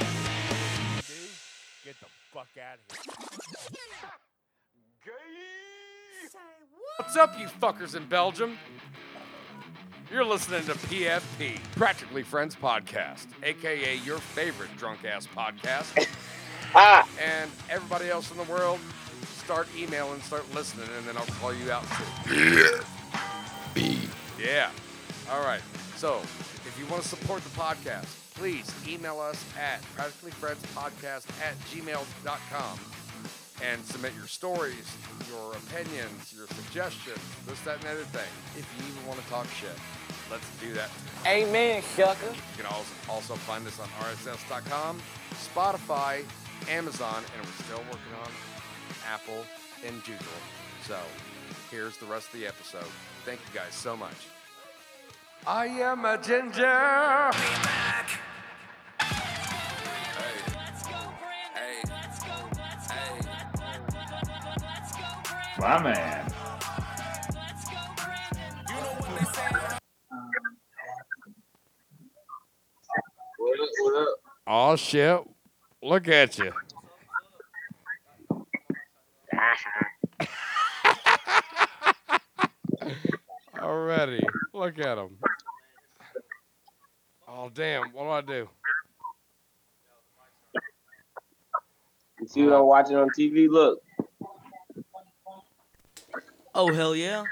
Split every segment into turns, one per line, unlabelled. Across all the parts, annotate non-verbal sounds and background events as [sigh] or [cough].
Dude, get the fuck out of here. What's up, you fuckers in Belgium? You're listening to PFP, Practically Friends Podcast, aka your favorite drunk ass podcast. and everybody else in the world, start emailing, start listening, and then I'll call you out too. Yeah. All right. So, if you want to support the podcast, please email us at practicallyfriendspodcast at gmail.com and submit your stories, your opinions, your suggestions, this, that, and the other thing. If you even want to talk shit, let's do that.
Amen, sucker.
You can also, also find us on RSS.com, Spotify, Amazon, and we're still working on Apple and Google. So here's the rest of the episode. Thank you guys so much. I am a ginger.
My man.
Oh shit! Look at [laughs] you. Already, look at him. Oh damn! What do I do?
You see what I'm watching on TV? Look.
Oh, hell yeah.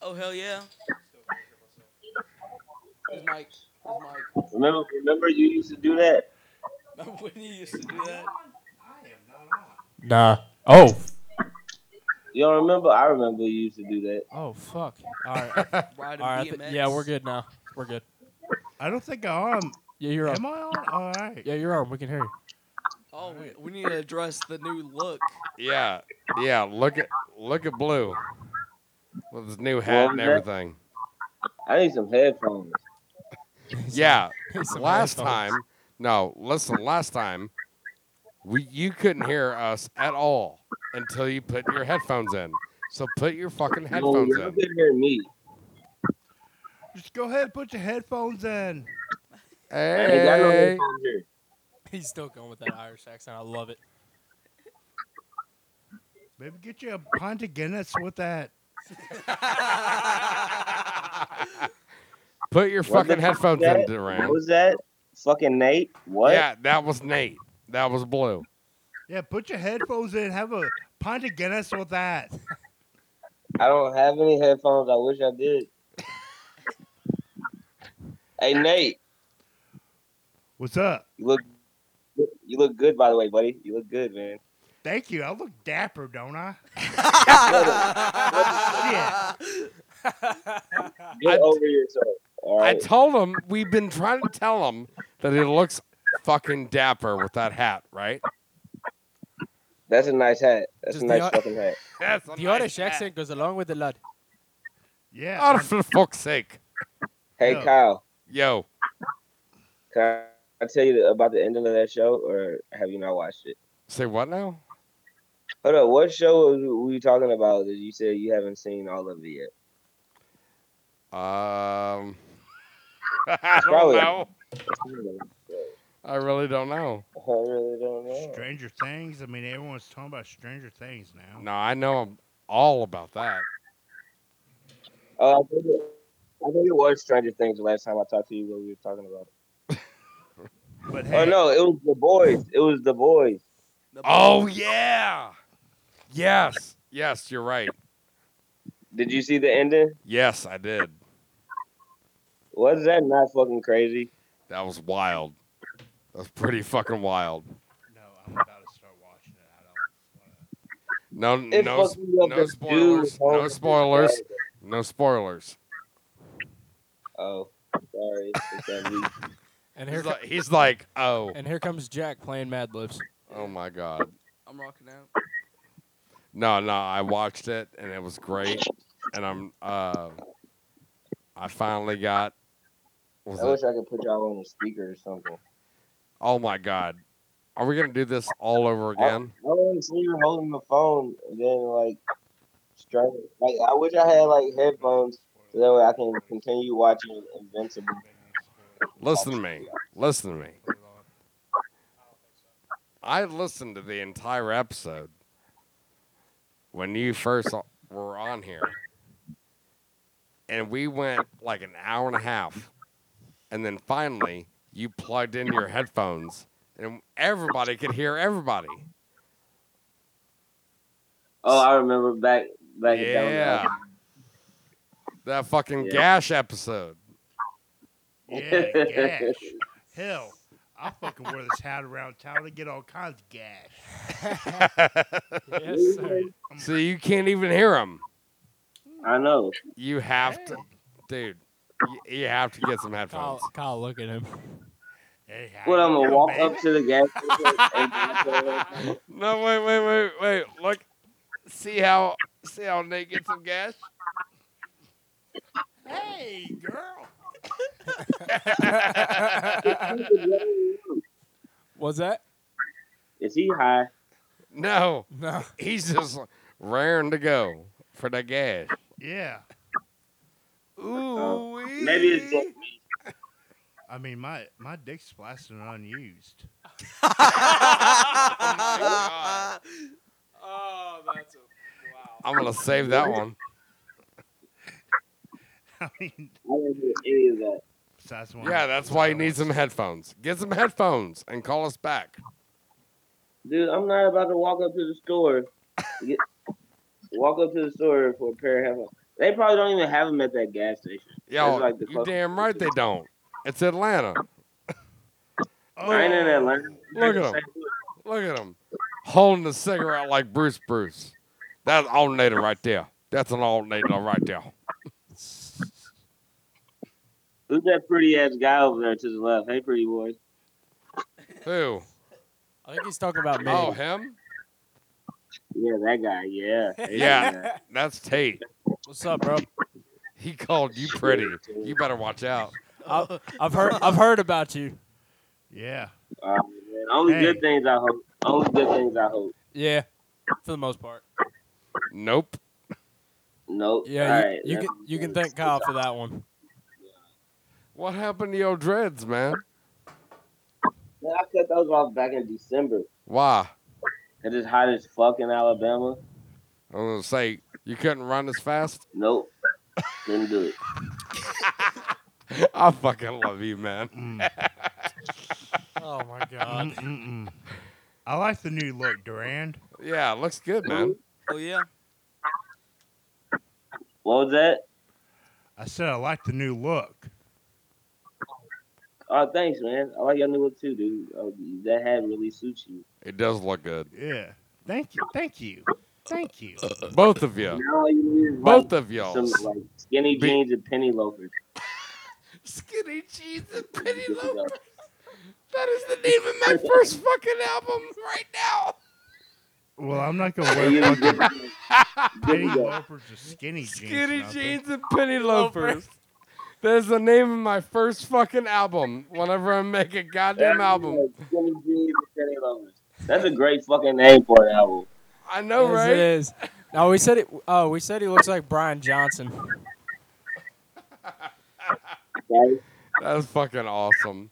Oh, hell yeah. [laughs] It's Mike. It's Mike.
Remember, remember you used to do that.
Remember when you used to do that?
Nah. Oh.
You don't remember? I remember you used to do that.
Oh fuck. [laughs] All right. All
Ride a
right. I thi-
BMX.
yeah, we're good now. We're good.
I don't think I am.
Yeah, you're
Am
on.
I on? All right.
Yeah, you're on. We can hear you. [laughs]
Oh, we, we need to address the new look.
Yeah, yeah. Look at look at Blue with his new
Well,
hat and
that-
everything.
I need some headphones.
[laughs]
Yeah,
Some
last
headphones.
time. No, listen. Last time, we you couldn't hear us at all until you put your headphones in. So put your fucking
no,
headphones
you
in.
can hear me.
Just go ahead and put your headphones in.
[laughs] I ain't got no
Hey,
headphones here.
He's still going with that Irish accent. I love it.
Maybe get you a pint of Guinness with that.
put your
What the
fucking
fuck
headphones
was
in,
that?
Duran.
What was that? Fucking Nate? What?
Yeah, that was Nate. That was Blue.
Yeah, put your headphones in. Have a pint of Guinness with that.
I don't have any headphones. I wish
[laughs]
I did. hey, Nate.
What's up?
You look. You look good, by the way, buddy. You look
[laughs]
good, man.
Thank you. I look dapper, don't I?
Get over yourself. All
I
right.
told him we've been trying to tell him that he looks fucking dapper with that hat, right?
That's a nice hat. That's
Just
a
the
nice
o-
fucking hat.
That's
The Irish accent goes along with the lad.
Yeah.
Oh, for fuck's sake!
Hey,
Yeah.
Kyle.
Yo,
Can I, I tell you about the ending of that show, or have you not watched it?
say what now?
Hold up, what show was- were you talking about that you said you haven't seen all of it yet?
Um, I don't
Probably.
know.
I
I really don't know.
really don't know.
Stranger Things. I mean, everyone's talking about Stranger Things now.
No, I know all about that.
Uh, I, think it, I think it was Stranger Things the last time I talked to you when we were talking about it.
But
Oh
hey,
no, it was the boys. It was the boys.
The-
Oh yeah. Yes. Yes, you're right.
Did you see the ending?
Yes, I did.
Was that not fucking crazy?
That was wild. That was pretty fucking wild.
no, I'm about to start watching it. I don't. Wanna...
No,
It
no,
fucked me up
no
that dude
spoilers,
was
no
holding his
spoilers.
hand.
no spoilers.
Oh, sorry. It's that weak.
And here,
He's
co-
like, he's like, oh,
and here comes Jack playing Mad Libs.
[laughs] oh my god.
I'm rocking out.
No, no, I watched it and it was great. And I'm, uh, I finally got. was [laughs]
I
it-
wish I could put y'all on the speaker or something.
oh my god, are we gonna do this all over again?
I was you holding the phone and then like straight. Like I wish I had like headphones so that way I can continue watching Invincible.
Listen to me. Listen to me. I listened to the entire episode when you first o- were on here, and we went like an hour and a half, and then finally you plugged in your headphones, and everybody could hear everybody.
Oh, I remember back back
Yeah, that fucking
Yeah.
gash
[laughs]
episode.
Yeah, gash.
[laughs]
Hell, I fucking wear this hat around town to get all kinds of gash.
Yes, sir.
Really?
so you can't even hear them.
I know.
You have to, dude. y- You have to get some
[laughs] Kyle,
headphones.
Kyle, look at him.
Hey, how
What I'm
you
gonna
doing,
walk
baby?
up to the gas
Oh.
[laughs]
[laughs]
station and
No, wait, wait, wait, wait. Look, see how see how Nate gets some gas.
Hey, girl.
What's [laughs] that?
Is he high?
[laughs] no,
No.
he's just raring to go for the gas.
Yeah.
Ooh,
Oh, Maybe it's just me.
I mean, my my dick's blasting unused.
[laughs]
[laughs]
God.
oh, that's a wow.
I'm gonna save that one.
I mean,
I didn't hear any of that.
besides when
Yeah,
I-
that's why you need some headphones. Get some headphones and call us back.
Dude, I'm not about to walk up to the store. to Get, walk up to the store for a pair of headphones. They probably don't even have them at that gas station.
Yo,
It's like the
you
closest-
damn right they don't. It's Atlanta.
Oh,
I ain't in Atlanta.
Look at him. Look at him holding the cigarette like Bruce Bruce. That's alternator right there. That's an alternator right there.
Who's that pretty ass guy over there to the left? Hey, pretty boy.
Who?
I think he's talking about me.
Oh, him?
Yeah, that guy. Yeah. Hey,
Yeah.
that guy.
That's Tate.
What's
[laughs]
up, bro?
He called you pretty. You better watch out.
I, I've heard I've heard about you.
Yeah.
All right, Oh, man. Only
Hey.
good things I hope. Only good things I hope.
Yeah, for the most part.
Nope.
Nope.
Yeah,
All
you,
right,
you
that's-
can you can thank Kyle for that one.
What happened to your dreads, man?
Man, I cut those off back in December.
Why?
It is hot as fuck in Alabama.
I was gonna say you couldn't run as fast. [laughs]
Nope. Didn't do it.
I fucking love you, man.
Mm,
[laughs] Oh my
mm, mm, mm. I like the new look, Durand.
Yeah, it looks good, man.
Oh yeah.
What was that?
I said I like the new look.
Oh, thanks, man. I like your new look too, dude. Oh, that hat really suits you.
It does look good.
Yeah. Thank you. Thank you. Thank you.
Both of you.
Now all you need is
Both
like,
of y'all.
some like skinny
Be-
jeans and penny loafers.
Skinny Cheese and Penny
Good to go.
Loafers. That is the name of
[laughs]
my first fucking album right now.
Well, I'm not gonna
And you
wear
don't
fucking
get-
[laughs]
Good
penny
to go.
loafers or skinny jeans.
Skinny
nothing.
jeans and [laughs] penny loafers. That's the name of my first fucking album. Whenever I make a goddamn album,
Skinny jeans and penny loafers. That's a great fucking name for an album.
I
[laughs]
know, right?
It is. No, we said it. Oh, we said he looks like Brian Johnson.
guys.
That's fucking awesome.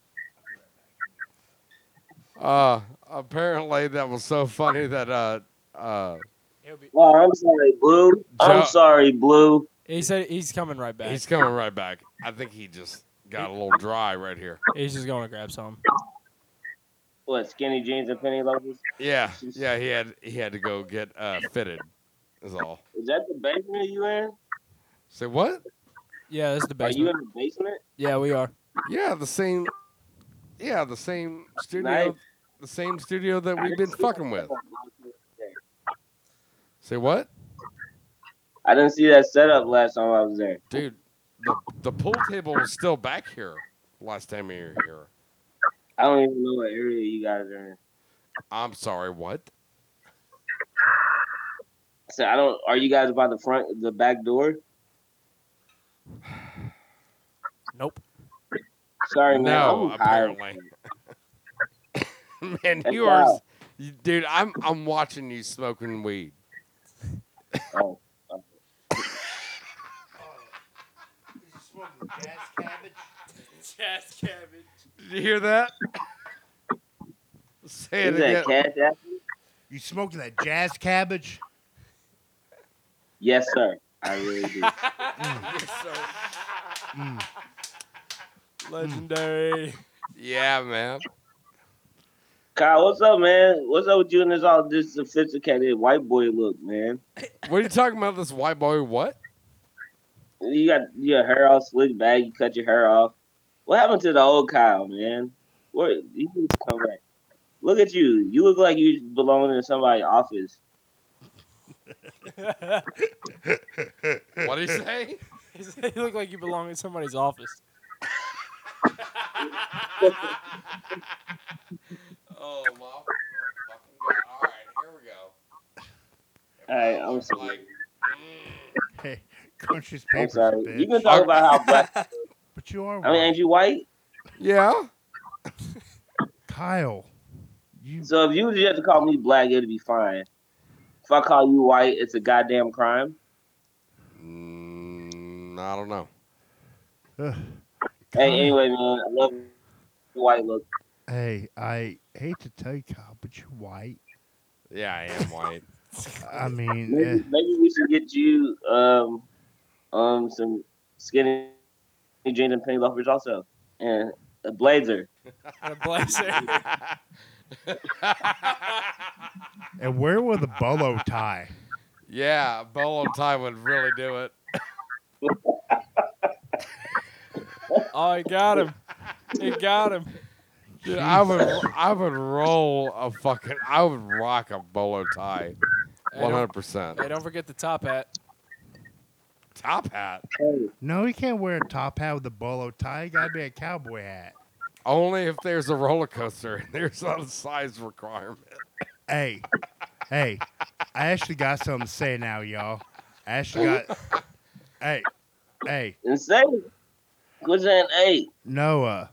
Uh, apparently that was so funny that uh, uh,
He'll be-
Oh, I'm sorry, Blue.
Joe-
I'm sorry, Blue.
He said he's coming right back.
he's
He's,
coming right back. I think he just got a little dry right here.
just going to grab some.
What, skinny jeans and penny loafers? [laughs]
Yeah, yeah, he had he had to go get uh fitted. Is all.
Is that the basement you in?
Say what?
Yeah, that's the
Are you
basement.
in the basement?
Yeah, we [laughs] are.
Yeah, the same. Yeah, the same studio.
Nice.
The same studio that we've been fucking with. Say what?
I didn't see that setup last time I was there.
Dude, the, the pool table was still back here last time we were here.
I don't even know what area you guys are in.
I'm sorry, what?
So I don't. Are you guys by the front, the back door?
Nope.
Sorry, man.
No,
I'm tired.
apparently. [laughs] Man,
That's
you are,
wild.
you- dude. I'm I'm watching you smoking weed.
Oh,
He's smoking jazz cabbage.
Jazz cabbage.
Did you hear that? Say it
is that
again.
cash app?
You smoking that jazz cabbage?
Yes, sir. I really do.
Mm.
Legendary.
Yeah, man.
Kyle, what's up, man? What's up with you and this all this sophisticated white boy look, man?
What are you talking about? This white boy? What?
You got your hair all slicked back. You cut your hair off. What happened to the old Kyle, man? What you need to come back? Look at you. You look like you belong in somebody's office.
What do you [laughs] say?
you look like you belong in somebody's office.
Oh, well, fucking good. All right, here we go.
All right, I'm sorry.
[laughs]
Mm.
Hey, crunches
I'm
papers,
sorry.
bitch.
You can talk about
[laughs]
how black.
but you are.
I mean,
white.
ain't you white?
yeah.
Kyle, you
So if you was just to call me black, it'd be fine. If I call you white, it's a goddamn crime.
Mm, I don't know.
Ugh.
Hey, anyway, man, I love your white look.
Hey, I hate to tell you, Kyle, but you're white.
Yeah, I am white.
[laughs]
I mean,
Maybe,
eh,
maybe we should get you um um some skinny jeans and penny loafers also, and a blazer.
A blazer.
[laughs]
eh, and where with a bolo tie?
yeah, bolo tie would really do it.
[laughs] oh, he got him. He got him.
Dude, I would, I would roll a fucking, I would rock a bolo tie,
Hey,
one
don't-
hundred percent.
Hey, don't forget the top hat.
Top hat,
Hey,
No, you can't wear a top hat with a bolo tie. You gotta be a cowboy hat.
only if there's a roller coaster and there's not a size requirement.
Hey, hey, I actually got something to say now, y'all. I actually got. hey, hey,
insane. What's that? Hey,
Noah.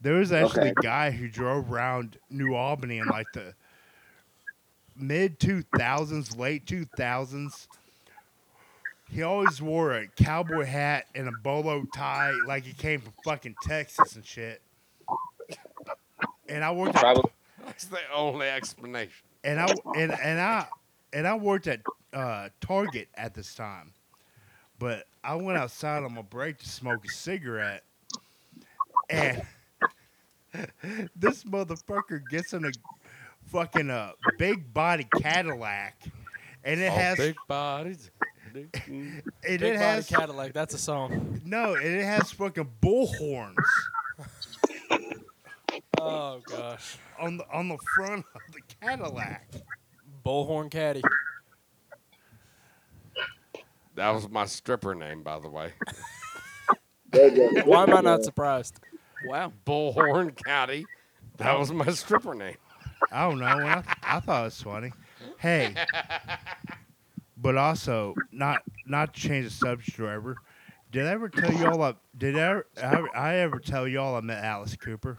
There was actually
Okay.
a guy who drove around New Albany in like the mid 2000s, late 2000s. He always wore a cowboy hat and a bolo tie like he came from fucking Texas and shit. And I worked at,
probably
That's the only explanation.
and I and, and I and I worked at uh, Target at this time. But I went outside on my break to smoke a cigarette, and [laughs] this motherfucker gets in a fucking uh, big body Cadillac, and it
All
has
big bodies.
and
Oh, Big
it
body
has
Cadillac. That's a song.
no, and it has fucking bull horns
Oh gosh.
on the on the front of the Cadillac.
Bullhorn Caddy.
That was my stripper name, by the way.
Why am I
[laughs]
not surprised?
Wow.
Bullhorn County. That was my stripper name.
I don't know. I, I thought it was funny. Hey, but also not not to change the subject, driver. Did I ever tell y'all? I, did I, ever- I, I ever tell y'all I met Alice Cooper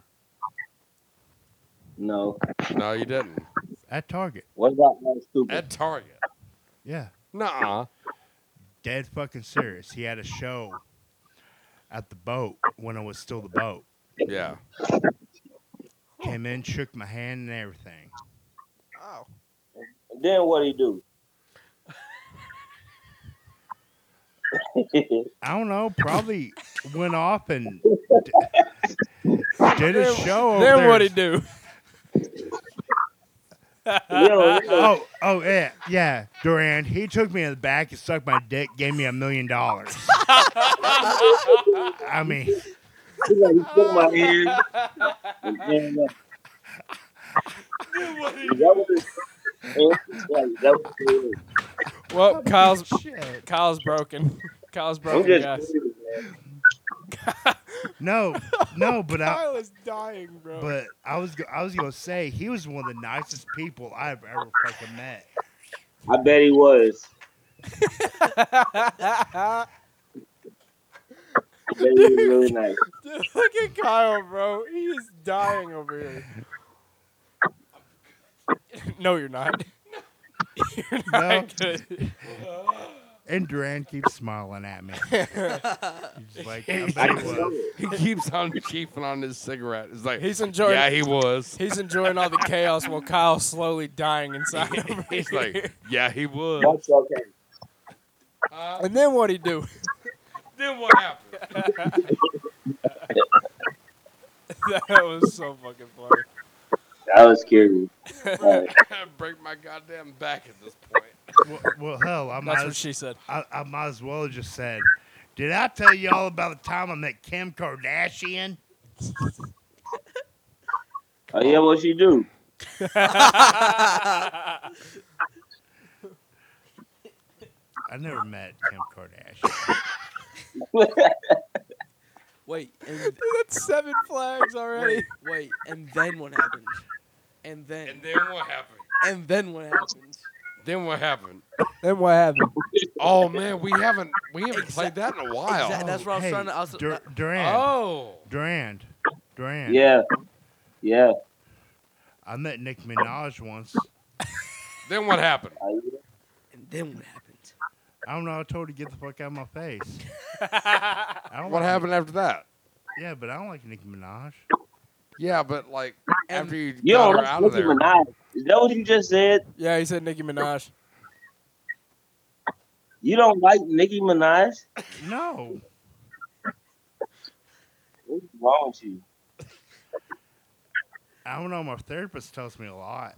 no.
No, you didn't.
at Target?
What about Alice Cooper?
At Target.
Yeah,
Nuh uh.
dead fucking serious. He had a show, at the boat when it was still the boat.
Yeah.
Came in, shook my hand, and everything.
Oh.
Then what do he
[laughs]
do?
I don't know. Probably went off and did a show. over
Then
there.
what'd he do?
Yo, yo,
Oh, oh yeah, yeah, Duran. He took me in the back and sucked my dick, gave me a million dollars. I mean,
he like took my hand. and then, uh, that was- [laughs] that was good.
Well, Kyle's
Shit.
Kyle's broken. [laughs] Kyle's
I'm
broken,
just
[laughs] guys.
kidding, man.
no, no, but I,
Kyle is dying, bro.
[laughs]
but I was, go- I was gonna say he was one of the nicest people I've ever fucking met.
I bet he was. I bet he was really nice.
Dude, look at Kyle, bro. He is dying over
[laughs]
here. No, you're
[laughs]
not. You're
No.
not good.
And Duran keeps smiling at me. He's like, I bet
I
he
can tell
was.
it.
He keeps on cheaping on his cigarette. It's like,
He's enjoying.
yeah, he was. [laughs]
He's enjoying all the chaos while Kyle's slowly dying inside.
[laughs]
Over
He's
here.
like, yeah, he was.
That's okay.
and then what'd he do?
Then what happened?
[laughs]
[laughs]
that was so fucking funny.
That was
[laughs]
curious. Alright.
I break my goddamn back at this point.
Well, well, hell, I might,
That's what
as,
she [laughs] said.
I, I might as well have just said, did I tell you all about the time I met Kim Kardashian?
Oh yeah, what she do? [laughs]
I never met Kim Kardashian.
Wait, and
That's seven flags already.
wait, wait, and then what happened? And then
And then what happened?
and then what happened?
Then what happened?
Then what happened?
Oh man, we haven't we haven't
Exact-
played that in a while.
exact- that's what I was trying to- I was-
Oh, Dur-
uh,
Duran.
Oh,
Duran. Duran.
Yeah. Yeah.
I met Nick Minaj once.
then what happened?
Oh, yeah.
And then what happened?
I don't know. I told her to get the fuck out of my face.
[laughs]
I don't
What
like-
happened after that?
Yeah, but I don't like Nicki Minaj.
Yeah, but like
And-
after you
You
got
don't
her
like
out of
Nicki
there.
Minaj. Is that what you just said?
Yeah, he said Nicki Minaj.
You don't like Nicki Minaj?
No,
What's wrong with you?
I don't know. My therapist tells me a lot.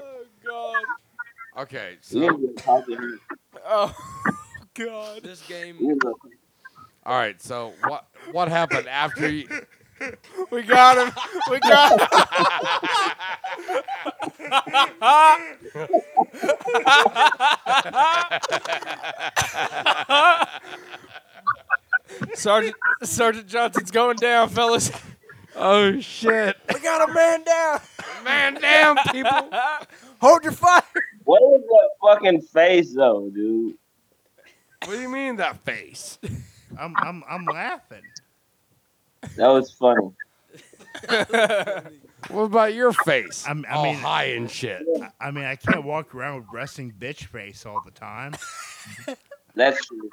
Oh God.
Okay,
You
so
need to talk to her.
Oh God.
This game
You need to-
all right, so what what happened after you?
We got him. We got him. Sergeant Sergeant Johnson's going down, fellas.
Oh shit,
We got a man down.
man, damn people!
Hold your fire.
What is that fucking face though, dude?
What do you mean that face? [laughs]
I'm I'm I'm laughing.
That was funny.
What about your face?
I'm- I
Oh,
all
mean-
high and shit.
I, I mean, I can't walk around with resting bitch face all the time.
That's true.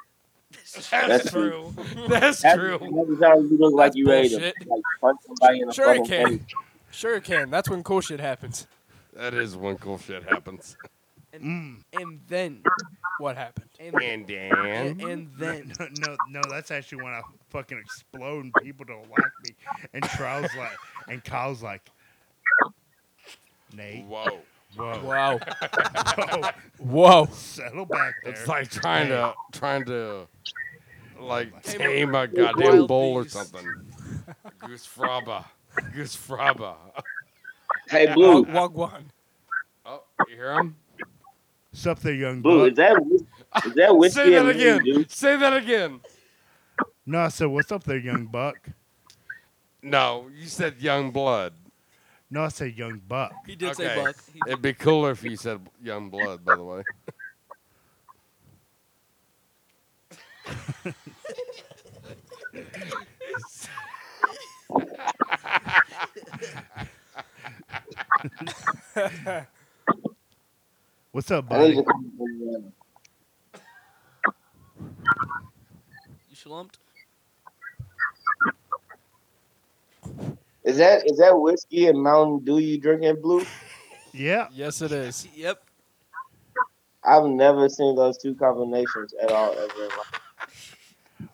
That's
true. That's
Every-
true.
Every time you look like
That's
you ready to
bullshit.
like punch somebody in the
Sure it
fucking
can.
face.
Sure it can. That's when cool shit happens.
That is when cool shit happens.
Mm.
and then
What happened?
and
And
and,
then
and then
[laughs] No, no, no, that's actually when I fucking explode and people don't like me. And Charles like, and Kyle's like, Nate,
whoa.
whoa,
Wow.
whoa, [laughs]
Whoa.
settle back there.
It's like trying to trying to like
Tame
tame a
wild
goddamn bull or
beast.
something. [laughs] Goose fraba. Goose fraba.
Hey Blue,
Wag- Wagwan.
Oh, you hear him?
Sup there, young
Blue,
buck.
is that whi- is
[laughs]
that whiskey
Say that
and lean,
again.
dude?
Say that again.
No, I said, what's up there, young buck?
No, you said young blood.
No, I said young buck.
he did say
Okay.
buck. He
It'd be cooler if you said young blood, by the way.
What's up,
I
buddy?
need to-
slumped.
Is that is that whiskey and Mountain Dew you drinking, Blue?
Yeah.
[laughs] Yes, it is.
Yep.
I've never seen those two combinations at all ever. in my life.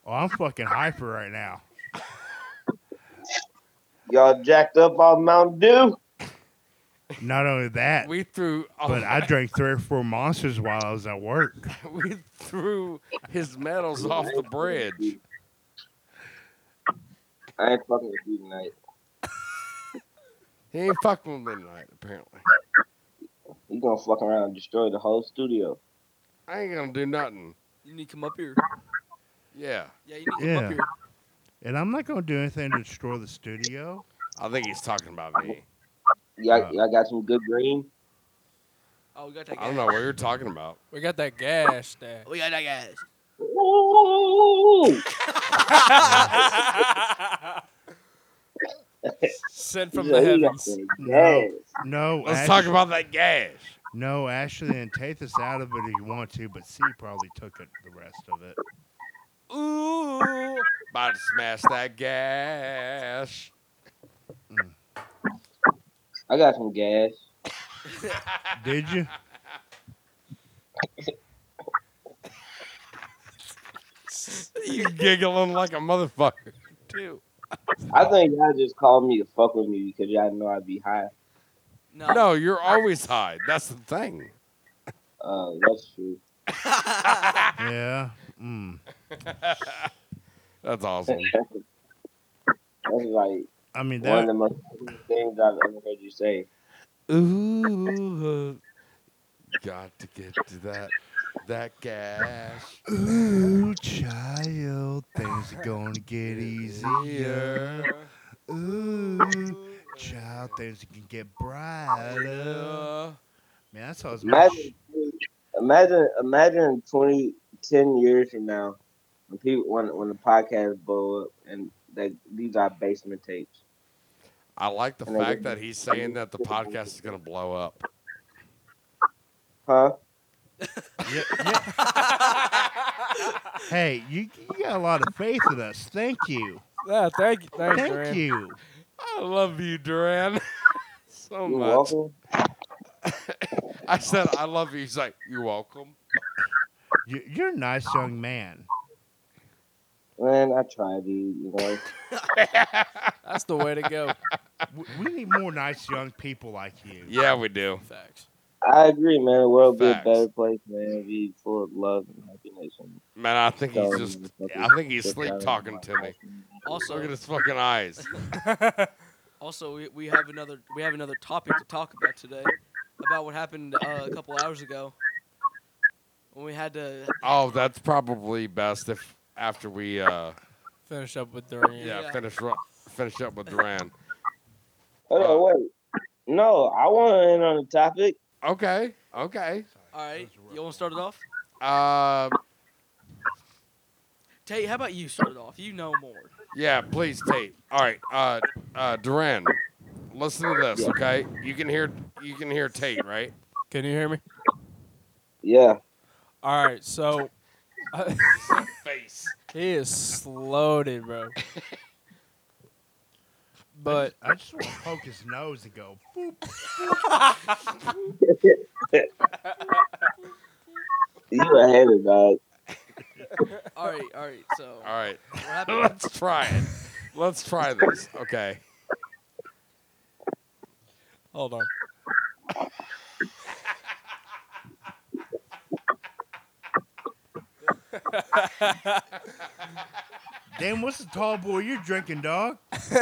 Oh, I'm fucking hyper right now.
Y'all jacked up on Mountain Dew?
Not only that,
We threw, all
but
[laughs]
I
that-
drank three or four monsters while I was at work.
we threw his medals off the bridge.
I ain't fucking with you tonight.
He ain't fucking with me tonight, apparently.
You gonna fuck around and destroy the whole studio.
I ain't gonna do nothing.
You need to come up here.
Yeah,
Yeah, you need to come
Yeah.
up here.
And I'm not gonna do anything to destroy the studio.
I think he's talking about me.
Y'all,
Uh.
y'all got some good green?
Oh, we got that
I
guy.
don't know what you're talking [laughs] about.
We got that gash there.
We got that guy.
Ooh.
Sent from
He
the
got- he got
heavens.
some
No.
gas.
No,
Let's
Ash-
talk about that gas.
no, Ashley and take this out of it if you want to, but C probably took it, the rest of it.
Ooh, about to smash that
[laughs]
gas.
I got some gas.
Did
[laughs]
you?
You giggling like a motherfucker, too.
I think y'all just called me to fuck with me because y'all know I'd be high.
No.
No, you're always high. That's the thing.
Uh, that's true.
Yeah. Mm.
That's awesome.
That's like
I mean
one of
that.
the most things I've ever heard you say.
Ooh, uh, got to get to that that gas.
Ooh, child, things
[laughs]
are gonna get easier. Ooh, child, things can get brighter. Man, that sounds
Imagine, imagine, imagine 20, 10 years from now, when people when when the podcast blow up and they, these are basement tapes.
I like the
And I
fact
didn't-
that he's saying that the podcast is going to blow up. [laughs]
Huh?
Yeah, yeah. hey, you, you got a lot of faith in us. Thank you.
Yeah, thank you. Thanks,
Thank
Rand.
you.
I love you, Duran. so
You're
much.
welcome.
I said, I love you. He's like, You're welcome. [laughs]
you. You're a nice young man.
Man, I tried you, you know.
[laughs] That's the way to
[laughs]
go.
W- We need more nice young people like you.
Yeah, we do.
Facts.
I agree, man. The world would be a
Facts.
better place, man. if we full of love and happiness. And
Man, I think he's just, I think he's sleep talking to me.
Also,
Look at his fucking eyes.
also, we, we have another we have another topic to talk about today, about what happened uh, a couple hours ago, when we had to
Oh, that's probably best if after we, uh,
Finish up with Dorian.
yeah,
Yeah.
finish ru- finish up with Duran.
Hold on, wait. No, I want to end on the topic.
Okay, okay.
All right, you want to start it off?
Uh,
Tate, how about you start it off? You know more.
yeah, please, Tate. All right, uh, uh, Duran, listen to this, okay? You can hear, you can hear Tate, right?
Can you hear me?
Yeah.
All right, so [laughs]
Face.
he is slowed, [laughs] bro. But
I just want to poke his nose and go, boop.
You a hater, dog.
All right, all right. So
[laughs] All right,
what happened?
let's try it. Let's try this, okay? [laughs]
hold on.
Damn, what's the tall boy you're drinking, dog?
this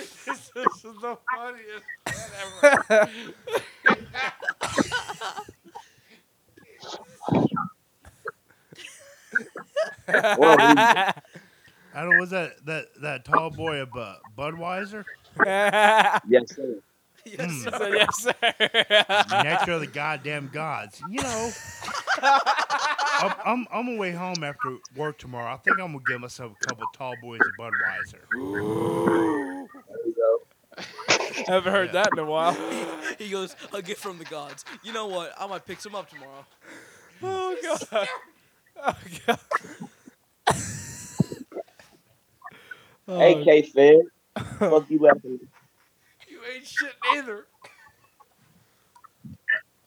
is the funniest shit ever.
Well, we-
I don't. Was that that that tall boy of uh, Budweiser?
yes, sir.
[laughs] yes,
Mm.
sir.
yes, sir. [laughs]
Nectar of the goddamn gods. You
[laughs]
know. I'm, I'm I'm gonna way home after work tomorrow. I think I'm gonna give myself a couple tall boys of Budweiser.
There we go.
Haven't heard
Yeah.
that in a
[laughs]
while.
[laughs] he goes a gift from the gods. You know what? I might pick some up tomorrow.
Oh god.
Okay.
Oh.
AK
[laughs]
Fed. Fuck you laughing.
You ain't shit neither.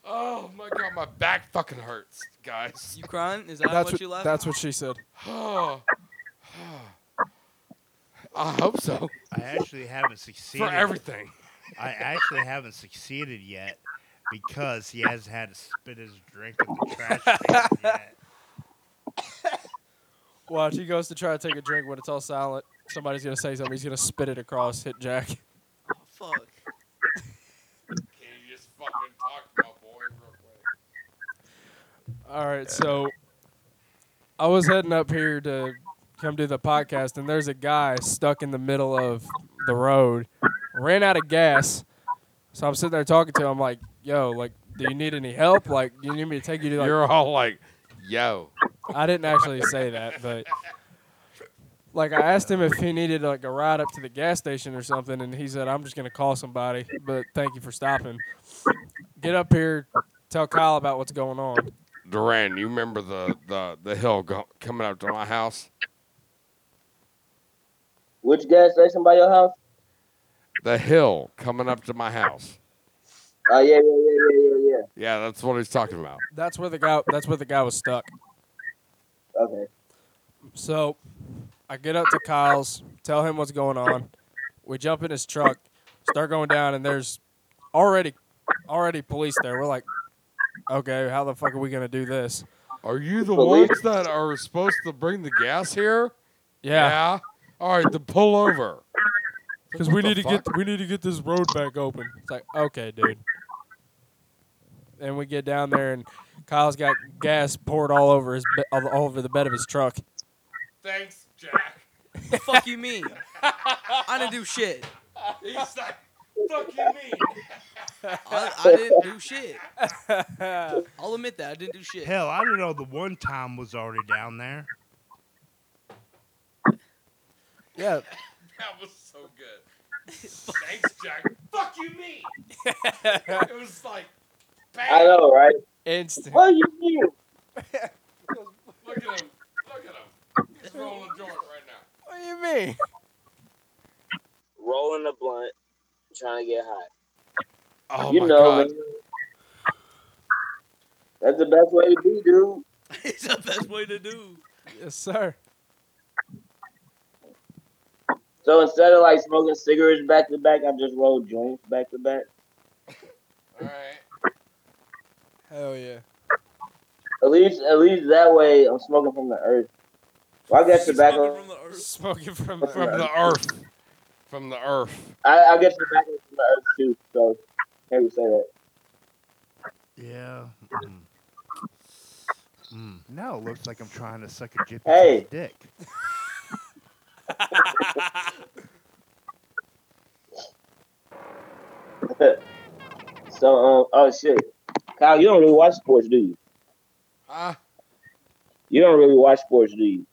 Oh my god, my back fucking hurts, guys.
You crying? Is that
that's
what you left?
that's what she said.
[sighs] I hope so.
I actually haven't succeeded.
For everything.
I actually haven't succeeded yet because he hasn't had to spit his drink in the trash can
[laughs]
yet.
Watch, he goes to try to take a drink when it's all silent. Somebody's gonna say something. He's gonna spit it across, hit Jack.
Oh, fuck.
Can you just fucking talk to my boy real quick?
All right, so I was heading up here to come do the podcast, and there's a guy stuck in the middle of the road, ran out of gas. So I'm sitting there talking to him, like, "Yo, like, do you need any help? Like, do you need me to take you to like?"
You're all like, yo.
I didn't actually say that, but like I asked him if he needed like a ride up to the gas station or something, and he said, "I'm just gonna call somebody." But thank you for stopping. Get up here, tell Kyle about what's going on.
Duran, you remember the, the, the hill go- coming up to my house?
Which gas station by your house?
The hill coming up to my house.
Oh yeah, yeah, yeah, yeah, yeah, yeah.
Yeah, that's what he's talking about.
That's where the guy. That's where the guy was stuck.
Okay.
So I get up to Kyle's, tell him what's going on. We jump in his truck, start going down, and there's already already police there. We're like, okay, how the fuck are we gonna do this?
Are you the
Police?
ones that are supposed to bring the gas here?
Yeah,
All right, then pull over.
because
What
we
the
need to
fuck?
get we need to get this road back open. It's like, okay, dude. And we get down there, and Kyle's got gas poured all over his be- all all over the bed of his truck.
[laughs] Thanks, Jack.
The fuck
[laughs]
you mean? I didn't do shit.
He's like, fuck you mean?
I, I didn't do shit. I'll admit that I didn't do shit.
Hell, I didn't know the one time was already down there.
[laughs]
yeah,
That was so good. Thanks, Jack. Fuck you mean? It was like, bang.
I know, right?
instant.
What you mean?
Look at him. Look at him. He's rolling a joint right now.
What do you mean?
Rolling a blunt, trying to get hot.
Oh
you
my
know,
god.
man. that's the best way to be, dude.
[laughs] it's the best way to do.
Yes, sir.
So instead of like smoking cigarettes back to back, I just roll joints back to back.
All right.
Hell yeah.
At least, at least that way, I'm smoking from the earth. Well, I got
Smoking
tobacco.
from the earth.
Smoking from
From the earth. From the earth.
I, I get tobacco from the earth too. So can't we say that?
Yeah. Mm. Mm. Now it looks like I'm trying to suck a gypsy's
Hey.
dick.
So, um, oh shit, Kyle, you don't really watch sports, do you?
Huh?
You don't really watch sports, do you?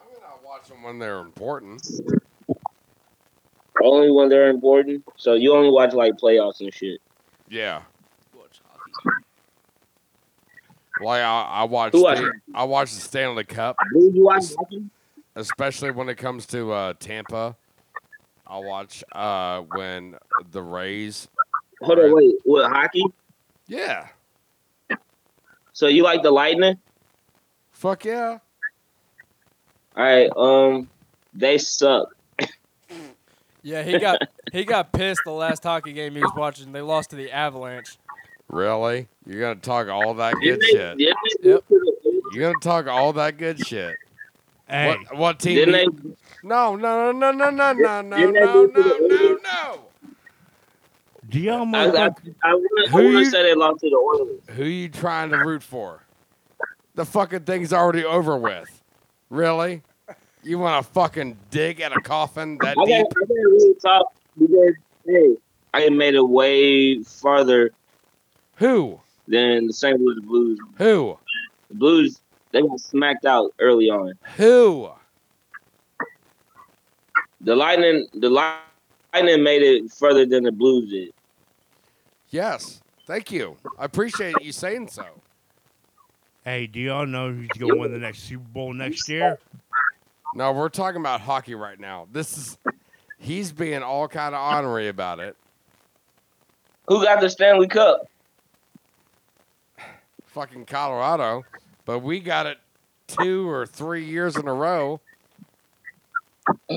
I mean, I watch them when they're important.
Only when they're important. So you only watch like playoffs and shit.
Yeah.
Watch hockey.
Like, I, I watch.
Who watch
the- I watch the Stanley Cup,
Dude, you watch hockey?
especially when it comes to uh, Tampa. I watch uh, when the Rays.
Hold on, wait. What hockey?
Yeah.
So you like the Lightning?
Fuck yeah.
All right. Um, they suck.
Yeah, he got he got pissed the last hockey game he was watching. They lost to the Avalanche.
Really? You're gonna talk all that
Didn't
good
they, didn't
shit.
they lose to the-
You're gonna talk all that good shit.
Hey,
What, what team?
didn't
beat-
they-
No, no, no, no, no, no, no, no,
Didn't they
no,
lose to
no,
the
no,
Oilers?
no.
do y'all
I, I,
motherfuck-
I wouldn't, I
Who
wouldn't
you-
say they lost to the Oilers.
Who you trying to root for? The fucking thing's already over with. Really? You want to fucking dig at a coffin that
I got, I
deep?
got really talk because hey, I made it way farther
Who?
than the St. Louis Blues.
Who?
The Blues they got smacked out early on.
Who?
The Lightning, the Li- Lightning made it further than the Blues did.
Yes. Thank you. I appreciate you saying so.
Hey, do y'all know who's going to win the next Super Bowl next year?
No, we're talking about hockey right now. This is he's being all kind of honorary about it.
Who got the Stanley Cup?
Fucking Colorado, but we got it two or three years in a row.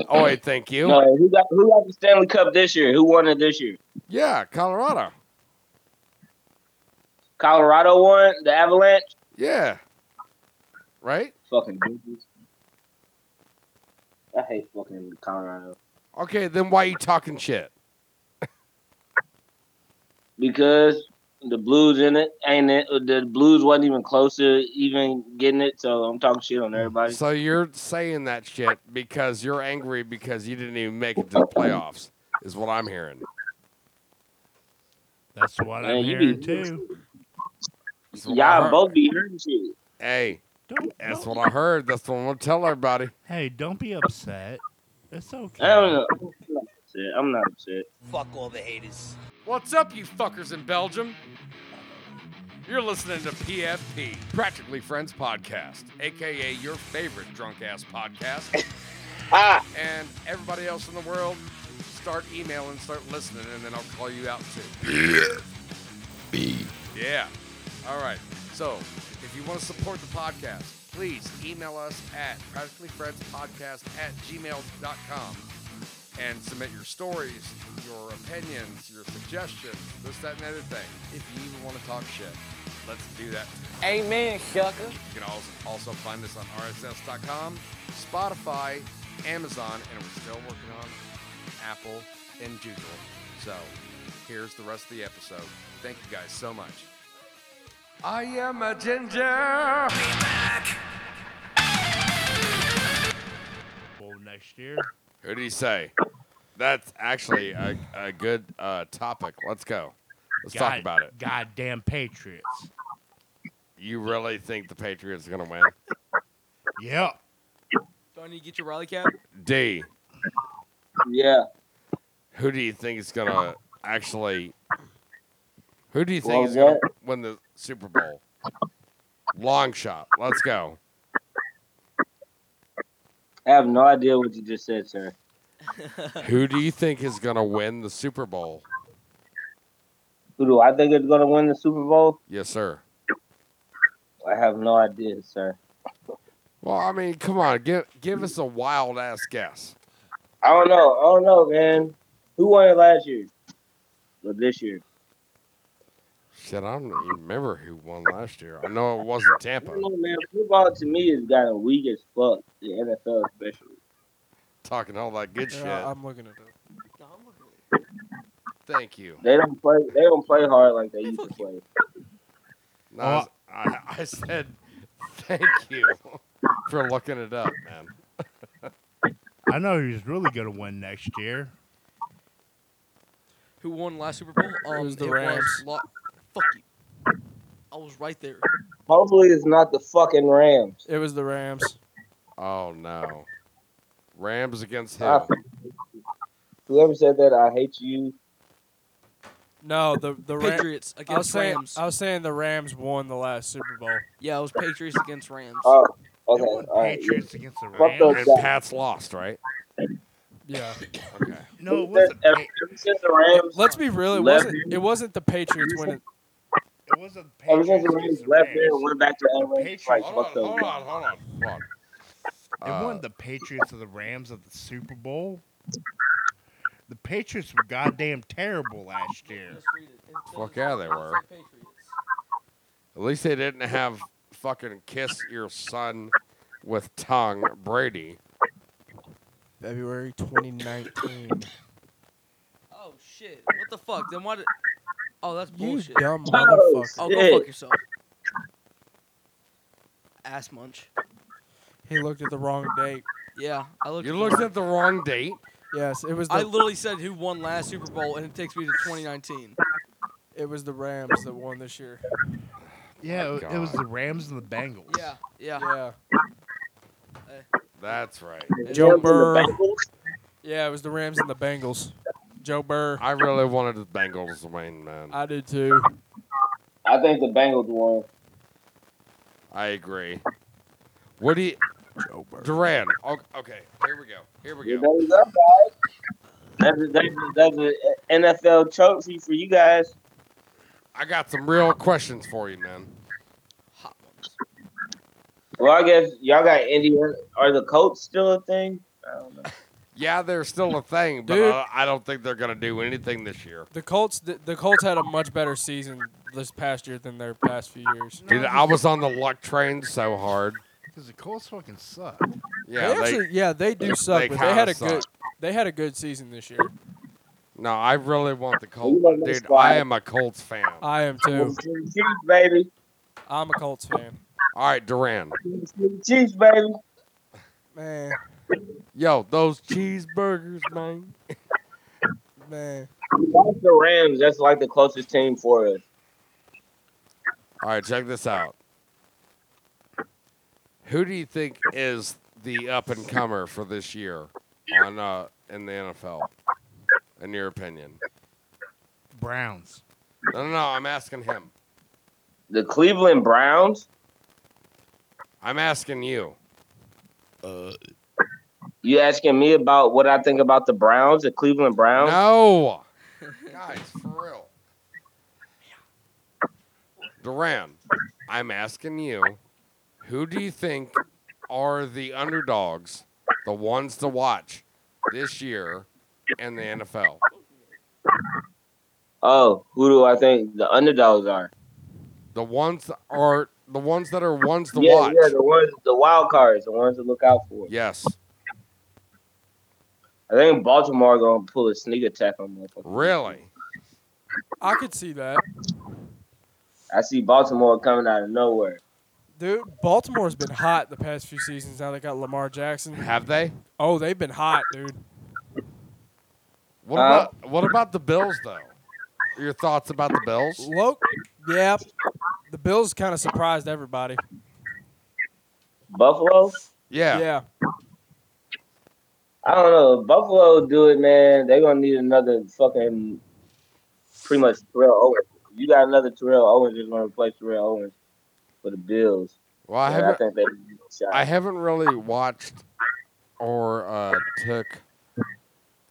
Oh wait, thank you.
No, who got who got the Stanley Cup this year? Who won it this year?
Yeah, Colorado.
Colorado won the Avalanche.
Yeah. Right?
Fucking bitches. I hate fucking Colorado
Okay, then why you talking shit?
because the Blues in it ain't it. The Blues wasn't even close to even getting it, so I'm talking shit on everybody.
So you're saying that shit because you're angry because you didn't even make it to the playoffs, is what I'm hearing.
That's what
Man,
I'm
you
hearing
be-
too.
That's what I
Y'all
heard.
both be hurting shit.
Hey,
Don't,
that's
don't-
what I heard. That's what I'm gonna tell everybody.
hey, don't be upset. It's okay.
I don't know. I'm not upset. I'm not upset.
Fuck all the haters.
What's up, you fuckers in Belgium? You're listening to PFP, Practically Friends Podcast, aka your favorite drunk ass podcast.
Ah,
and everybody else in the world, start emailing, start listening, and then I'll call you out too. Yeah. All right. So if you want to support the podcast, please email us at practicallyfriendspodcast at gmail.com and submit your stories, your opinions, your suggestions, this, that, and other thing. If you even want to talk shit, let's do that.
Amen, sucker.
You can also, also find us on RSS.com, Spotify, Amazon, and we're still working on Apple and Google. So here's the rest of the episode. Thank you guys so much. I am a ginger.
Bowl next year.
Who did he say? That's actually a, a good uh, topic. Let's go. Let's talk
God-
about it.
Goddamn Patriots.
You really think the Patriots are going to win?
Yep.
Don't you get your Riley cap?
D,
yeah.
who do you think is going to actually. Who do you think
Well,
is going
what-
to win the Super Bowl? Long shot. Let's go.
I have no idea what you just said, sir.
Who do you think is going to win the Super Bowl?
Who do I think is going to win the Super Bowl?
Yes, sir.
I have no idea, sir.
Well, I mean, come on. Give, give us a wild ass guess.
I don't know. I don't know, man. Who won it last year? Well, this year.
Shit, I don't even remember who won last year. I know it wasn't
I
Tampa.
don't know, man. Football to me has gotten weak as fuck. The NFL especially.
Talking all that good shit.
Yeah, I'm looking at it.
No, I'm looking at
Thank you.
They don't play. They don't play hard like they used to
fuck
play.
No, I, was- I- I said thank you [laughs] for looking it up, man.
I know who's really going to win next year.
Who won last Super Bowl? Um,
was the
it
Rams.
Lo- Fuck you. I was right there.
Hopefully, it's not the fucking Rams.
It was the Rams.
Oh no. Rams against
Ah.
I
who?
Whoever said that, I hate you.
No, the the Rams.
Patriots
I was
against
saying uh,
Rams.
I was saying the Rams won the last Super Bowl.
yeah, it was Patriots against Rams.
Uh,
Oh,
It
okay.
wasn't
All right.
Patriots against the
Fuck those
Rams.
And Pat's lost, right?
Yeah.
Okay.
No, it wasn't. Pa-
Ever since the Rams,
Let's be real. It
Left
wasn't.
ear.
It wasn't the Patriots winning.
It wasn't
ever
Patriots
since the
against
Rams
the
left there and
Rams.
went back to LA, it's like
Patriots-
Hold
fuck
on,
those
hold on,
guys.
hold on. Hold
It
on. Uh,
wasn't the Patriots or the Rams of the Super Bowl. The Patriots were goddamn terrible last year.
Fuck yeah, they were. At least they didn't have fucking kiss your son with tongue Brady.
February 2019.
Oh shit! What the fuck? Then why? Did... Oh, that's
you
bullshit.
dumb
Charles.
motherfucker.
Oh,
Shit.
go fuck yourself. Ass munch.
He looked at the wrong date.
Yeah, I looked.
You
the
looked
wrong-
at the wrong date.
Yes, it was the
I literally said who won last Super Bowl, and it takes me to 2019.
it was the Rams that won this year.
Yeah,
my
it, it was
God.
the Rams and the Bengals.
Yeah, yeah.
Yeah.
That's right.
Joe
Rams and the
Burrow.
Bengals?
Yeah, it was the Rams and the Bengals. Joe Burr.
I really wanted the Bengals to win, man.
I did too.
I think the Bengals won.
I agree. What do you,
Joe Burrow.
Duran? o- Okay, here we go. Here we
There
go.
you go, guys. That's a, that's, a, that's a NFL trophy for you guys.
I got some real questions for you, man.
Hot ones.
Well, I guess y'all got Indiana. Are the Colts still a thing? I don't know.
Yeah, they're still a thing, but
Dude.
I, I don't think they're gonna do anything this year.
The Colts, the, the Colts had a much better season this past year than their past few years.
Dude, I was on the luck train so hard.
Because the Colts fucking suck.
Yeah,
they
they-
actually, yeah, they do suck,
they
but they had
kinda
a good,
suck.
they had a good season this year.
no, I really want the
You
Colts.
love this
Dude,
squad.
I am a Colts fan. All
I am too.
Chiefs, baby.
I'm a Colts fan.
right, Duran.
Chiefs, baby.
Man,
Yo, those cheeseburgers, man.
man,
Like the Rams, that's like the closest team for us.
All right, check this out. Who do you think is the up and comer for this year on uh, in the NFL? In your opinion?
Browns.
No, no, no. I'm asking him.
The Cleveland Browns.
I'm asking you.
You asking me about what I think about the Browns, the Cleveland Browns?
No, guys, for real. Duran, I'm asking you. Who do you think are the underdogs, the ones to watch this year in the NFL?
Oh, who do I think the underdogs are?
The ones that are the ones that are ones to
yeah,
watch.
yeah, the ones, the wild cards, the ones to look out for.
yes.
I think Baltimore gonna pull a sneak attack on them.
Really?
I could see that,
I see Baltimore coming out of nowhere.
dude. Baltimore's been hot the past few seasons. Now they got Lamar Jackson.
Have they?
Oh, they've been hot, dude.
What
Uh,
about what about the Bills though? Your thoughts about the Bills?
Look, yeah, the Bills kind of surprised everybody.
Buffalo.
Yeah.
yeah.
I don't know. If Buffalo do it, man. They're gonna need another fucking pretty much Terrell Owens. You got another Terrell Owens just gonna replace Terrell Owens for the Bills.
Well, I
And
haven't
think they give it a shot.
I haven't really watched or uh, took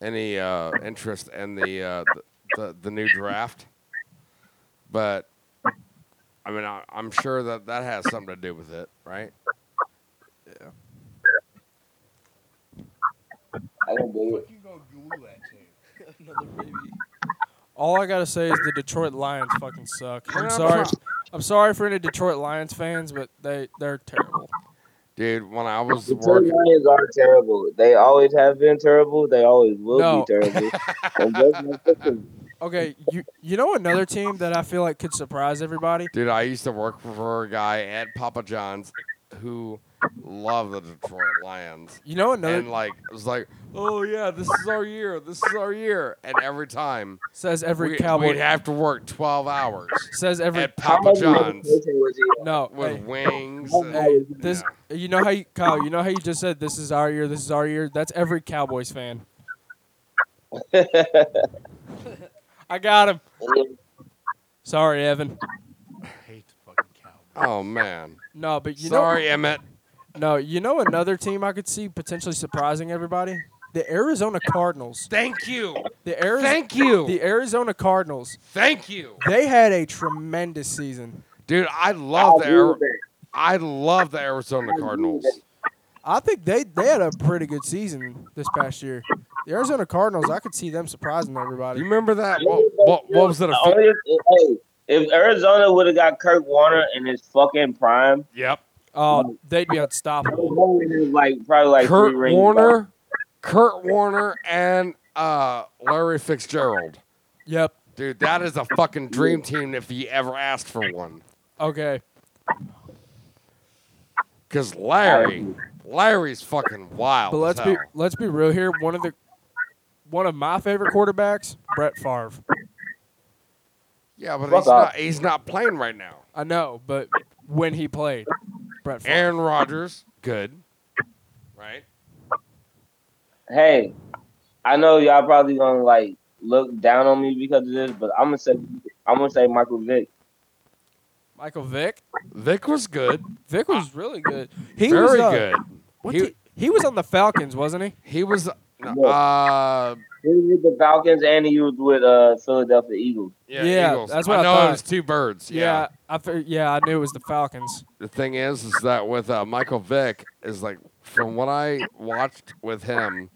any uh, interest in the, uh, th- the the new draft, but I mean I, I'm sure that that has something to do with it, right?
I think they-
you gonna Google that to?
Another baby.
All I gotta say is the Detroit Lions fucking suck.
Yeah,
I'm
I'm
sorry.
fine.
I'm sorry for any Detroit Lions fans, but they they're terrible.
Dude, when I was
The
working,
Detroit Lions are terrible. They always have been terrible. They always will
No.
be
[laughs]
terrible. And they're gonna fix them.
Okay, you you know another team that I feel like could surprise everybody?
Dude, I used to work for a guy at Papa John's who loved the Detroit Lions.
You know another
And like was like, Oh yeah, this is our year, this is our year. And every time
says every
we,
cowboy
would have to work twelve hours
says every
at
How
Papa
much
John's
medication was he on?
no.
with
Hey,
wings and-
hey, this
Yeah.
you know how you Kyle, you know how you just said this is our year, this is our year. That's every Cowboys fan. [laughs] I got him. Sorry, Evan.
I hate the fucking Cowboys.
Oh man.
No, but you
Sorry, Emmett.
know no, you know another team I could see potentially surprising everybody? The Arizona Cardinals.
Thank you.
The Arizona
Thank you.
The Arizona Cardinals,
Thank you.
they had a tremendous season.
Dude, I
I'll
love the
do
Ari-
that.
I love the Arizona Cardinals.
I think they, they had a pretty good season this past year. The Arizona Cardinals, I could see them surprising
You
everybody.
remember that? What, what, what was it? A
The
few-
only- hey, if Arizona would have got Kirk Warner in his fucking prime,
yep.
Oh, they'd be
Kirk
unstoppable.
Warner is like probably like
Kurt
three rings
Warner,
back.
Kurt Warner, and uh, Larry Fitzgerald.
Yep.
Dude, that is a fucking dream team if you ever asked for one.
Okay.
Cause Larry, Larry's fucking wild.
But let's
as
be
hell.
let's be real here. One of the one of my favorite quarterbacks, Brett Favre.
yeah, but
Fuck
he's
off.
not. He's not playing right now.
I know, but when he played, Brett Favre.
Aaron Rodgers, good. Right.
Hey, I know y'all probably gonna like look down on me because of this, but I'm gonna say I'm gonna say Michael Vick.
Michael Vick.
Vic was good.
Vick was really good. He
Ah. Very
was, uh,
good.
what
He-
t- he was on the Falcons, wasn't he?
He was. no, Uh,
He was with the Falcons and he was with uh Philadelphia Eagles.
yeah,
Yeah,
Eagles.
that's what I
know.
thought.
It was two birds.
Yeah, I fig- yeah, I knew it was the Falcons.
the thing is, is that with uh, Michael Vick is like from what I watched with him,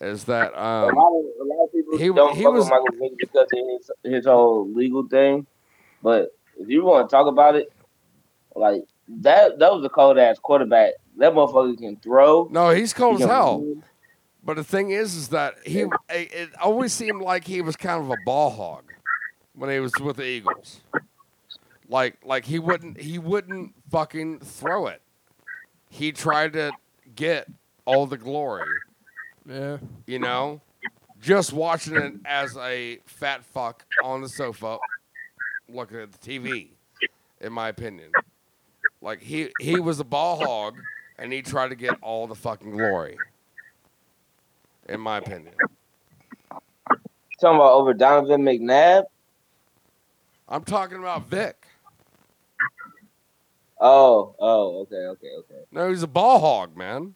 is that
a, lot of,
um,
a lot of people
he-
don't
he
fuck
was-
with Michael Vick because of his, his whole legal thing. But if you want to talk about it, like that that was a cold ass quarterback. That motherfucker can throw.
no, he's cold
He
as
can
hell.
run.
But the thing is, is that he it, it always seemed like he was kind of a ball hog when he was with the Eagles. Like like he wouldn't he wouldn't fucking throw it. He tried to get all the glory,
Yeah,
you know. Just watching it as a fat fuck on the sofa, looking at the TV, in my opinion. Like he he was a ball hog, and he tried to get all the fucking glory. In my opinion.
Talking about over Donovan McNabb.
I'm talking about Vic.
Oh, oh, okay, okay, okay.
No, he's a ball hog, man.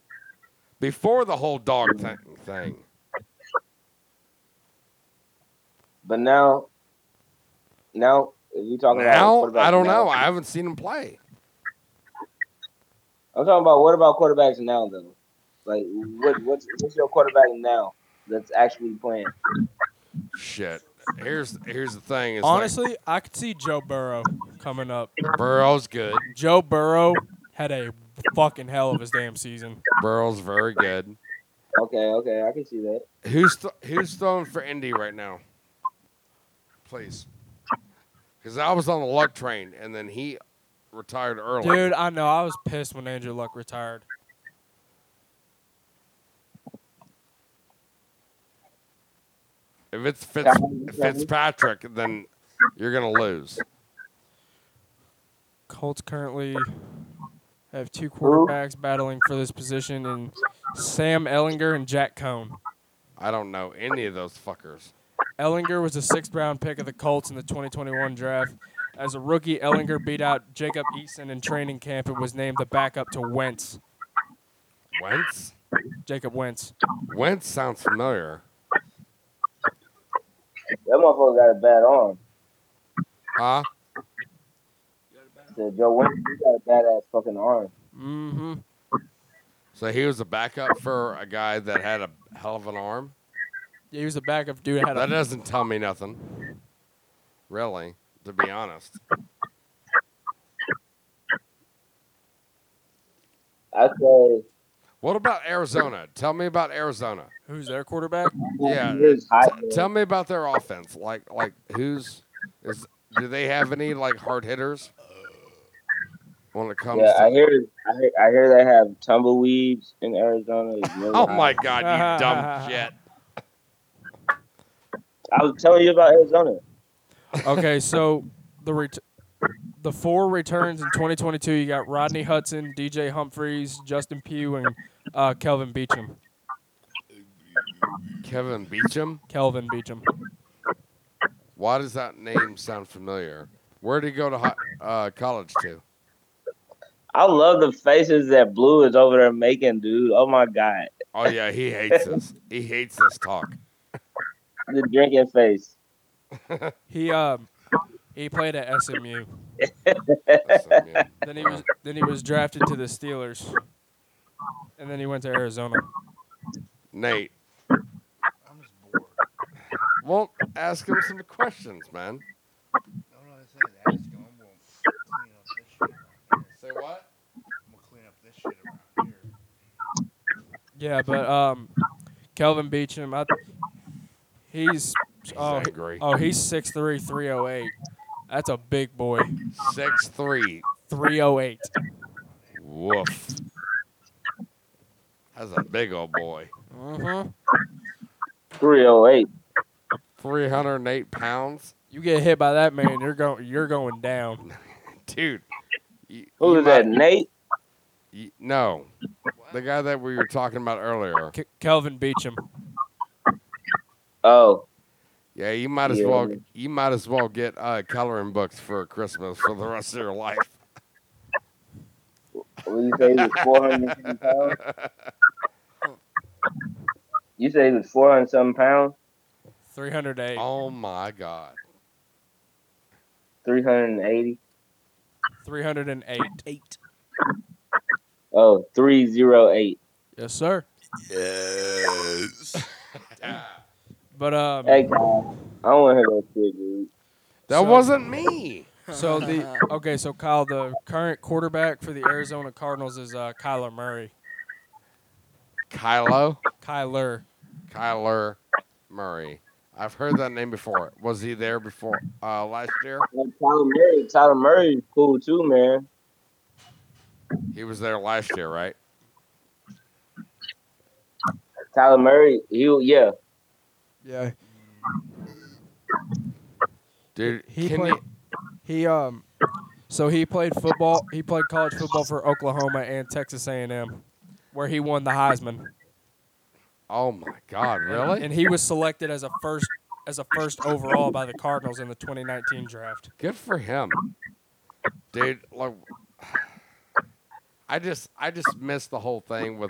Before the whole dog thing, thing.
But now, now if you talking about
Now
quarterbacks
I don't
now-
know. I haven't seen him play.
I'm talking about what about quarterbacks now though? Like what what's what's your quarterback now that's actually playing?
Shit. Here's here's the thing. Is
honestly, I could see Joe Burrow coming up.
like Burrow's good.
Joe Burrow had a fucking hell of his damn season.
Burrow's very good.
Okay, okay, I can see that.
Who's th- who's throwing for Indy right now? Please, because I was on the luck train and then he retired early.
Dude, I know. I was pissed when Andrew Luck retired.
if it's Fitz, Fitzpatrick, then you're gonna lose.
Colts currently have two quarterbacks battling for this position, and Sam Ellinger and Jack Cohn.
I don't know any of those fuckers.
Ellinger was a sixth round pick of the Colts in the 2021 draft. As a rookie, Ellinger beat out Jacob Eason in training camp and was named the backup to Wentz.
Wentz.
Jacob Wentz.
Wentz sounds familiar.
That motherfucker got a bad arm.
Huh?
So Joe Winston he got a badass fucking arm.
Mm-hmm.
So he was a backup for a guy that had a hell of an arm.
Yeah, he was a backup dude. Had
That
a,
doesn't tell me nothing, really. To be honest,
I say
what about Arizona? Tell me about Arizona.
who's their quarterback?
Yeah,
he is hot.
T- tell me about their offense. Like, like who's is? Do they have any like hard hitters? When it comes,
yeah,
to,
I hear, I hear I hear they have tumbleweeds in Arizona.
[laughs]
It's really
oh
hot.
my god, you [laughs] dumb shit!
I was telling you about Arizona.
okay, so the ret- the four returns in 2022. You got Rodney Hudson, DJ Humphreys, Justin Pugh, and uh, Kelvin Beecham.
Kevin Beecham.
Kelvin Beecham.
Why does that name sound familiar? Where did he go to hi- uh, college to?
I love the faces that Blue is over there making, dude. Oh my god,
Oh yeah, he hates us. He hates this talk.
the drinking face.
He um he played at SMU.
Listen, man.
Then he was then he was drafted to the Steelers. And then he went to Arizona.
Nate,
I'm just bored.
well, ask him some questions, man.
No, no, this ain't asking. I'm gonna clean up this shit around here.
Say what?
I'm gonna clean up this shit around here.
Yeah, but um Kelvin Beecham, I, he's
He's
oh, he-
angry.
oh he's 6'3", 308. That's a big boy.
Six three.
308.
Woof. That's a big old boy.
Mm-hmm.
Three oh eight.
308 pounds?
You get hit by that man, you're going you're going down.
Dude. You,
Who
you
is that?
might-
Nate.
you- no. The guy that we were talking about earlier.
K- Kelvin Beecham.
Oh,
Yeah, you might as
Yeah.
well you might as well get uh, coloring books for Christmas for the rest of your life.
What you say it was four hundred something pounds? You say it was four hundred something pounds?
308.
Oh my god.
Three hundred and eighty?
308.
Eight.
Oh, three zero eight.
Yes, sir.
Yes.
But um,
Hey guys, I want to hear that shit, dude.
That
So-
wasn't me.
so the okay, so Kyle, the current quarterback for the Arizona Cardinals is uh, Kyler Murray.
Kylo,
Kyler.
Kyler Murray. I've heard that name before. Was he there before uh, last year?
Well, Tyler Murray, Tyler Murray is cool too, man.
He was there last year, right?
Tyler Murray, he yeah.
Yeah,
Dude,
he
can
played. He um, so he played football. He played college football for Oklahoma and Texas A&M, where he won the Heisman.
Oh my god, really?
And he was selected as a first as a first overall by the Cardinals in the 2019 draft.
Good for him, dude. Like, I just, I just missed the whole thing with,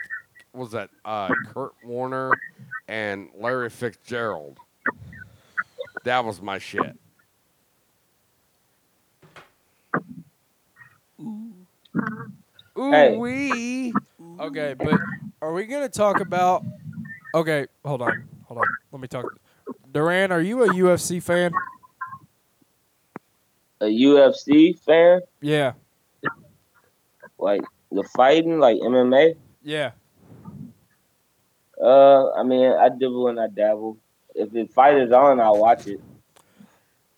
was that uh, Kurt Warner and Larry Fitzgerald? That was my shit. Ooh
Hey.
wee.
Okay, but are we gonna talk about? Okay, hold on, hold on. Let me talk. Duran, are you a UFC fan?
A UFC fan,
Yeah,
like the fighting, like MMA.
yeah.
Uh, I mean, I dibble and I dabble. If the fight is on, I'll watch it.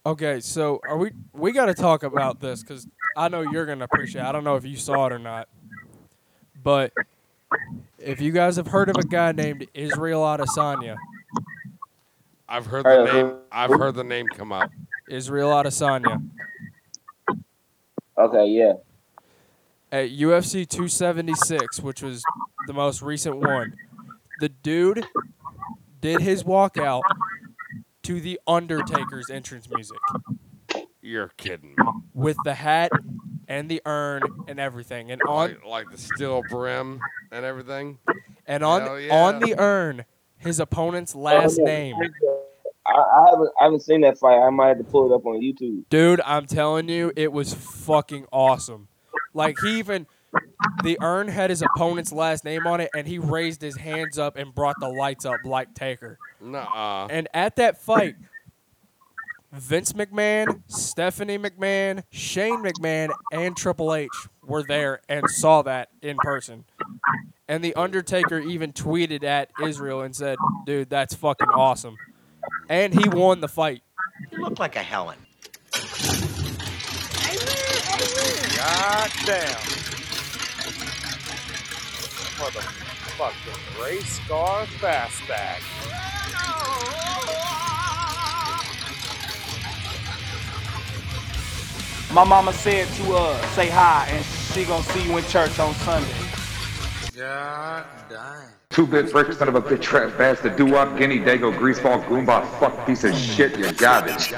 Okay, so are we? We got to talk about this because I know you're gonna appreciate. It. I don't know if you saw it or not, but if you guys have heard of a guy named Israel Adesanya,
I've heard
All
the
right,
name. I've heard the name come up.
Israel Adesanya
Okay, yeah.
at UFC 276, which was the most recent one, the dude did his walkout to the Undertaker's entrance music
You're kidding me.
with the hat and the urn and everything, and on
Like, like the steel brim and everything.
And on
Hell yeah.
on the urn, his opponent's last
Oh, yeah.
name.
I, I haven't, I haven't seen that fight. I might have to pull it up on YouTube.
Dude, I'm telling you, it was fucking awesome. Like he even the urn had his opponent's last name on it and he raised his hands up and brought the lights up like Taker.
Nuh-uh.
And at that fight, Vince McMahon, Stephanie McMahon, Shane McMahon, and Triple H were there and saw that in person. And The Undertaker even tweeted at Israel and said, dude, that's fucking awesome. And he won the fight.
You look like a Helen.
God damn. Motherfucking race car fastback.
My mama said to uh say hi and she gonna see you in church on Sunday.
Two-bit brick, son of a bitch, trap bastard, doo-wop, guinea, dago, greaseball, goomba, fuck, piece of shit, you're garbage.